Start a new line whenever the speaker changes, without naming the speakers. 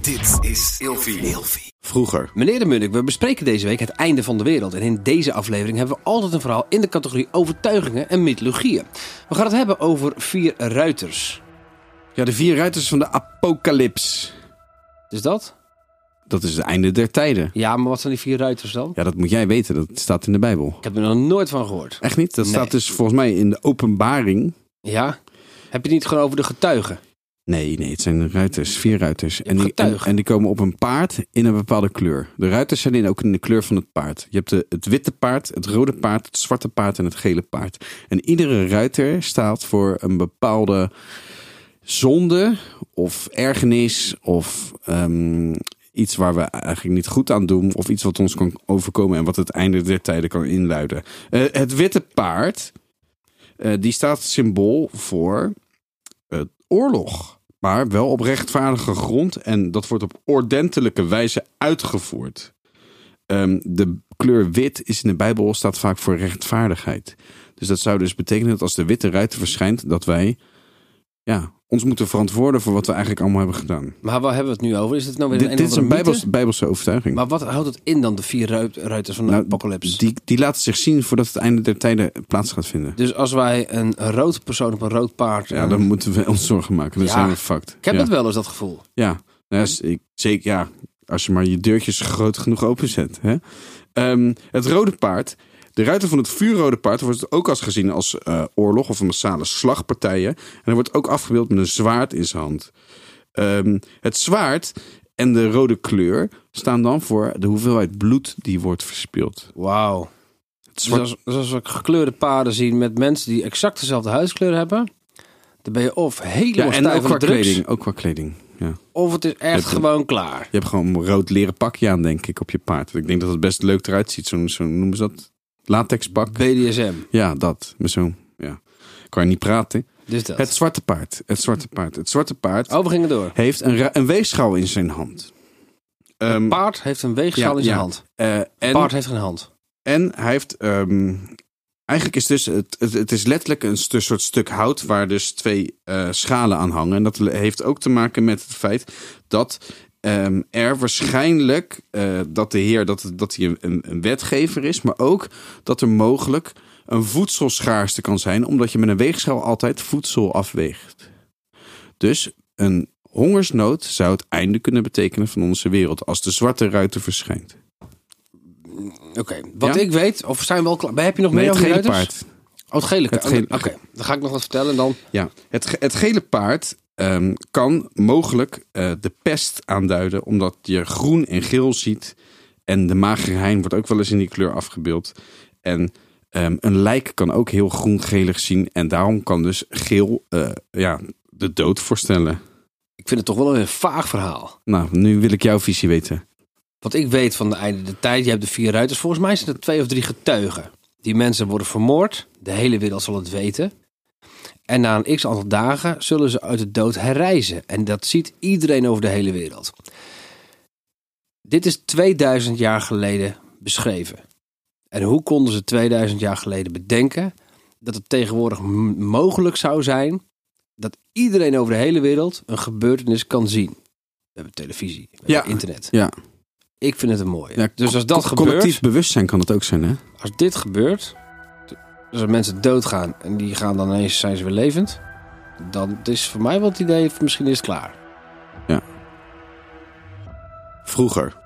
Dit is Ilfie.
Vroeger. Meneer de Munnik, we bespreken deze week het einde van de wereld. En in deze aflevering hebben we altijd een verhaal in de categorie overtuigingen en mythologieën. We gaan het hebben over vier ruiters.
Ja, de vier ruiters van de apocalyps.
Is dat?
Dat is het einde der tijden.
Ja, maar wat zijn die vier ruiters dan?
Ja, dat moet jij weten. Dat staat in de Bijbel.
Ik heb er nog nooit van gehoord.
Echt niet? Dat
Nee.
staat dus volgens mij in de openbaring.
Ja? Heb je het niet gewoon over de getuigen?
Nee, nee, het zijn ruiters. Vier ruiters. En die, en,
getuigen.
en die komen op een paard in een bepaalde kleur. De ruiters zijn in, ook in de kleur van het paard. Je hebt de, het witte paard, het rode paard, het zwarte paard en het gele paard. En iedere ruiter staat voor een bepaalde zonde of ergernis of ehm, iets waar we eigenlijk niet goed aan doen of iets wat ons kan overkomen en wat het einde der tijden kan inluiden. Eh, het witte paard, eh, die staat symbool voor eh, oorlog, maar wel op rechtvaardige grond en dat wordt op ordentelijke wijze uitgevoerd. Ehm, de kleur wit is in de Bijbel staat vaak voor rechtvaardigheid. Dus dat zou dus betekenen dat als de witte ruiter verschijnt, dat wij ja, ons moeten verantwoorden voor wat we eigenlijk allemaal hebben gedaan.
Maar waar hebben we het nu over? Is het nou weer
Dit,
een,
dit
of
is
andere
een
mythe?
bijbels, bijbelse overtuiging.
Maar wat houdt het in dan, de vier ruit- ruiters van de
Nou,
apocalypse?
Die, die laten zich zien voordat het einde der tijden plaats gaat vinden.
Dus als wij een rood persoon op een rood paard...
Ja,
eh,
dan moeten we ons zorgen maken. Dan
Ja.
zijn we fucked.
Ik heb
ja.
het wel eens, dat gevoel.
Ja, Nou, ja, s- ik- zeker. Ja, als je maar je deurtjes groot genoeg openzet. Hè? Ehm, het rode paard. De ruiter van het vuurrode paard wordt ook als gezien als eh, oorlog of een massale slagpartijen. En hij wordt ook afgebeeld met een zwaard in zijn hand. Ehm, het zwaard en de rode kleur staan dan voor de hoeveelheid bloed die wordt verspild.
Wauw.
Het
Dus
zwart-
als, dus als we gekleurde paarden zien met mensen die exact dezelfde huidskleur hebben, dan ben je of
ja,
helemaal
en
stijf
ook qua
van de drugs,
kleding. Ook qua kleding. Ja.
of het is echt
Ja,
gewoon klaar.
Je hebt gewoon een rood leren pakje aan, denk ik, op je paard. Ik denk dat het best leuk eruit ziet. Zo'n, zo'n noemen ze dat? Latexpak.
BDSM.
Ja, dat. Maar zo, ja. Kan je niet praten.
Dus dat.
Het zwarte paard. Het zwarte paard. Het zwarte paard
Oh, we gingen door.
heeft een, ra- een weegschaal in zijn hand. Ehm,
Paard heeft een weegschaal
ja,
in zijn
ja.
hand.
eh, en,
Paard heeft geen hand.
en hij heeft... ehm, eigenlijk is dus het, het, het is letterlijk een stu- soort stuk hout... waar dus twee eh, schalen aan hangen. En dat le- heeft ook te maken met het feit dat... ehm, er waarschijnlijk eh, dat de heer dat, dat hij een- een, een wetgever is, maar ook dat er mogelijk een voedselschaarste kan zijn, omdat je met een weegschaal altijd voedsel afweegt. Dus een hongersnood zou het einde kunnen betekenen van onze wereld als de zwarte ruiter verschijnt.
Oké, wat
Ja?
ik weet, of zijn we al klaar? Maar Heb je nog
Nee,
meer
het
over die
gele
ruiters?
paard.
Oh, het gele.
Het gele-
Oké, dan ga ik nog wat vertellen en dan...
Ja, het, ge- het gele paard ehm, kan mogelijk eh, de pest aanduiden, omdat je groen en geel ziet. En de magere hein wordt ook wel eens in die kleur afgebeeld. En ehm, een lijk kan ook heel groen-gelig zien. En daarom kan dus geel eh, ja, de dood voorstellen.
Ik vind het toch wel een vaag verhaal.
Nou, nu wil ik jouw visie weten.
Wat ik weet van de einde der tijd, je hebt de vier ruiters. Volgens mij zijn er twee of drie getuigen. Die mensen worden vermoord. De hele wereld zal het weten. En na een x aantal dagen zullen ze uit de dood herrijzen. En dat ziet iedereen over de hele wereld. Dit is 2000 jaar geleden beschreven. En hoe konden ze 2000 jaar geleden bedenken dat het tegenwoordig m- mogelijk zou zijn dat iedereen over de hele wereld een gebeurtenis kan zien? We hebben televisie, we hebben
Ja.
internet.
Ja,
Ik vind het een mooie.
ja
dus als dat
co-
gebeurt,
Collectief bewustzijn kan het ook zijn, hè?
als dit gebeurt, dus als mensen doodgaan en die gaan dan ineens, zijn ze weer levend, dan is voor mij wel het idee, van misschien is het klaar.
Vroeger.